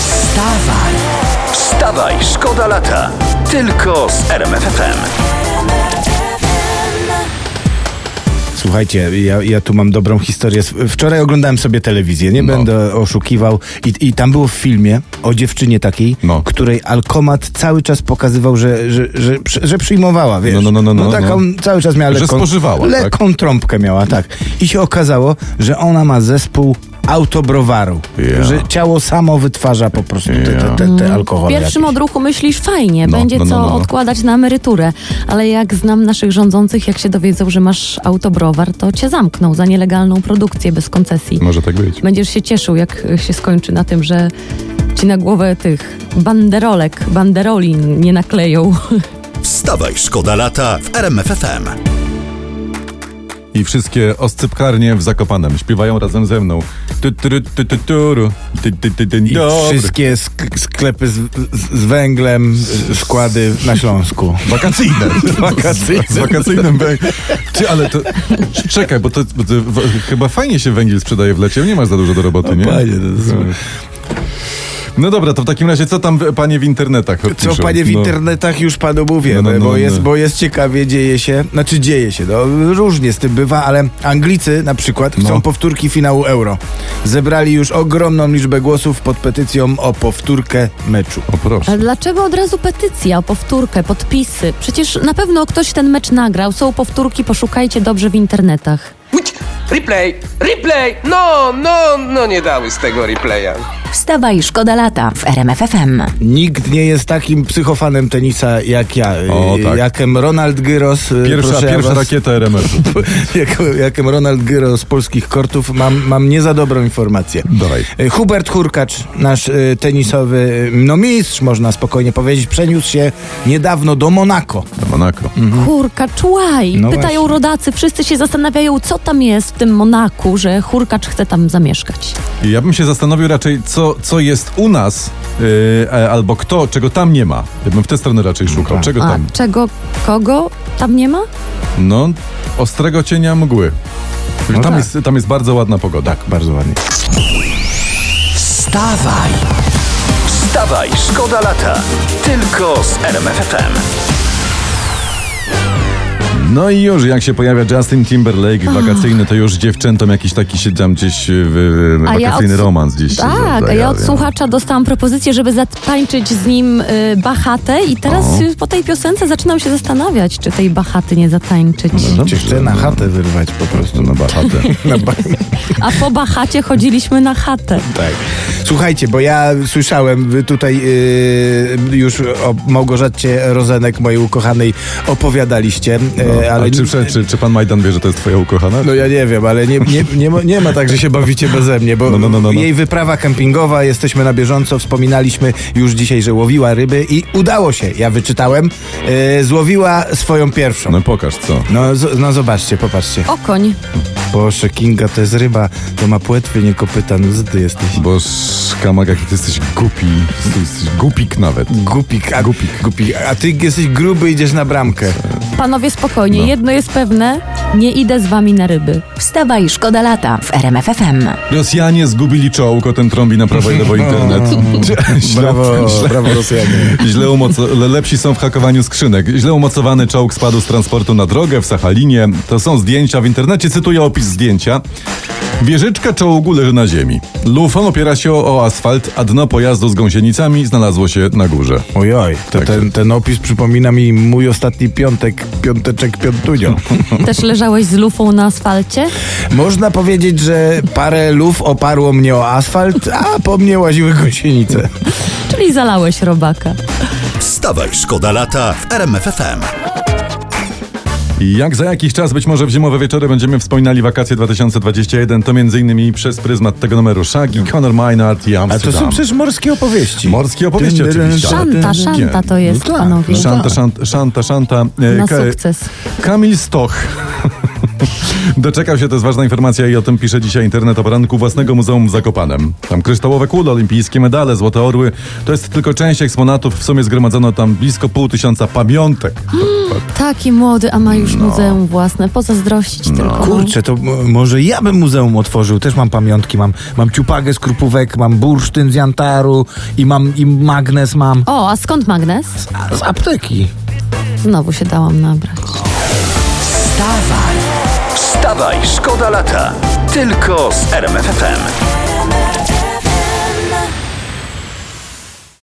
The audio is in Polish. Wstawaj, Wstawaj, szkoda lata. Tylko z RMFFM. Słuchajcie, ja, ja tu mam dobrą historię. Wczoraj oglądałem sobie telewizję, nie No. będę oszukiwał. I, I tam było w filmie o dziewczynie takiej, No. której alkomat cały czas pokazywał, że, że, że, przy- że przyjmowała, wiesz. No, no, no, no, no, taką no. cały czas miała Że lekką, spożywała, tak? lekką trąbkę miała, tak. I się okazało, że ona ma zespół autobrowaru. Ja. Że ciało samo wytwarza po prostu te, te, te, te W alkohole. pierwszym jakieś. odruchu myślisz fajnie, No, będzie no, no, co no, no. odkładać na emeryturę, ale jak znam naszych rządzących, jak się dowiedzą, że masz autobrowar, to cię zamkną za nielegalną produkcję bez koncesji. Może tak być. Będziesz się cieszył, jak y, się skończy na tym, że ci na głowę tych banderolek, banderoli nie nakleją. Wstawaj, szkoda lata w RMFFM. I wszystkie oscypkarnie w Zakopanem śpiewają razem ze mną. Tu, tu, tu, tu, tu, turu. Ty, ty, ty, ty, I dobry. wszystkie sk- sklepy z, z, z węglem, y, składy na Śląsku. Wakacyjne. Wakacyjne. Z wakacyjnym węg- Ty, ale to... Czekaj, bo to, bo to w, chyba fajnie się węgiel sprzedaje w lecie. Nie masz za dużo do roboty, nie? panie, to jest- No. No dobra, to w takim razie co tam w- panie w internetach Co piszą? panie w No. internetach już panu mówię, No, no, no, bo, jest, no. bo jest ciekawie, dzieje się, znaczy dzieje się, no, różnie z tym bywa, ale Anglicy na przykład chcą No. powtórki finału Euro. Zebrali już ogromną liczbę głosów pod petycją o powtórkę meczu. O proszę. Ale dlaczego od razu petycja, powtórkę, podpisy? Przecież na pewno ktoś ten mecz nagrał, są powtórki, poszukajcie dobrze w internetach. Which? Replay! Replay! No, no, no nie dały z tego replaya. Wstawaj, szkoda lata w RMFFM. Nikt nie jest takim psychofanem tenisa jak ja, O, y, tak. jakiem Ronald Gyros. y, Pierwsza, proszę ja pierwsza was, rakieta RMF. jak, jakim Ronald Gyros z polskich kortów, mam, mam nie za dobrą informację. Dawaj. E, Hubert Hurkacz, nasz e, tenisowy e, no mistrz, można spokojnie powiedzieć, przeniósł się niedawno do Monako. Do Monako. Mm. Hurkacz, łaj! No Pytają właśnie. rodacy, wszyscy się zastanawiają, co tam jest w tym Monaku, że Hurkacz chce tam zamieszkać. Ja bym się zastanowił raczej, co, co jest u nas, yy, e, albo kto, czego tam nie ma. Ja bym w tę stronę raczej szukał. Czego A tam? czego, kogo tam nie ma? No, ostrego cienia mgły. No tam, tak. jest, tam jest bardzo ładna pogoda. Tak, Bardzo ładnie. wstawaj, Wstawaj, szkoda lata. Tylko z RMFFM. No i już, jak się pojawia Justin Timberlake wakacyjny, to już dziewczętom jakiś taki się tam gdzieś w, w, A ja wakacyjny od- romans gdzieś. się Tak, a ja od zajawia. słuchacza dostałam propozycję, żeby zatańczyć z nim y, Bachatę i teraz y, po tej piosence zaczynam się zastanawiać, czy tej Bachaty nie zatańczyć. Dobrze, Cię chce na no. chatę wyrwać po prostu. no Na bachatę. Na ba- A po Bachacie chodziliśmy na chatę. tak. Słuchajcie, bo ja słyszałem wy tutaj yy, już o Małgorzacie Rozenek, mojej ukochanej, opowiadaliście, yy, ale... Ale czy, czy, czy, czy pan Majdan wie, że to jest twoja ukochana? No ja nie wiem, ale nie, nie, nie, ma, nie ma tak, że się bawicie beze mnie, bo No, no, no, no, no. jej wyprawa kempingowa, jesteśmy na bieżąco, wspominaliśmy już dzisiaj, że łowiła ryby i udało się, ja wyczytałem, e, złowiła swoją pierwszą. No, No pokaż co. z, no zobaczcie, popatrzcie. Okoń. Boże, Kinga, to jest ryba, to ma płetwy, nie kopyta, no co ty jesteś? Bo szkamag, jaki ty jesteś głupi. Ty jesteś głupik nawet. Gupik, a, Gupik. gupik, a ty jesteś gruby, idziesz na bramkę. Panowie, spokojnie, No. jedno jest pewne, nie idę z wami na ryby. Wstawaj, szkoda lata w RMFFM. Rosjanie zgubili czołg, o ten trąbi na prawo i lewo internet. Źle- Brawo, brawo Rosjanie. Źle umoco- le- lepsi są w hakowaniu skrzynek. Źle umocowany czołg spadł z transportu na drogę w Sachalinie. To są zdjęcia w internecie, cytuję opis zdjęcia. Wieżyczka czołgu leży na ziemi. Lufon opiera się o, o asfalt, a dno pojazdu z gąsienicami znalazło się na górze. Ojoj, to Także- ten, ten opis przypomina mi mój ostatni piątek, piąteczek piątunio. Też leżałeś z lufą na asfalcie? Można powiedzieć, że parę luf oparło mnie o asfalt, a po mnie łaziły gąsienice. Czyli zalałeś robaka. Wstawaj, szkoda lata w RMFFM. I Jak za jakiś czas, być może w zimowe wieczory będziemy wspominali wakacje 2021, to m.in. przez pryzmat tego numeru Shaggy, Conor Maynard i A to Amsterdam. są przecież morskie opowieści. Morskie opowieści Dyn, dyn, oczywiście, ale dyn, Szanta, dyn. szanta to jest, No tak, panowie. no Szanta, tak. szanta, szanta, szanta. e, Na Ka- sukces. Kamil Stoch. Doczekał się, to jest ważna informacja i o tym pisze dzisiaj internet o poranku własnego muzeum w Zakopanem. Tam kryształowe kule, olimpijskie medale, złote orły. To jest tylko część eksponatów. W sumie zgromadzono tam blisko pół tysiąca pamiątek. Taki młody, a ma już muzeum własne. Pozazdrościć tylko. No. Kurczę, to m- może ja bym muzeum otworzył. Też mam pamiątki. Mam, mam ciupagę z krupówek, mam bursztyn z jantaru i mam i magnes mam. O, a skąd magnes? A, z apteki. Znowu się dałam nabrać. Wstawaj, szkoda lata. Tylko z RMFFM.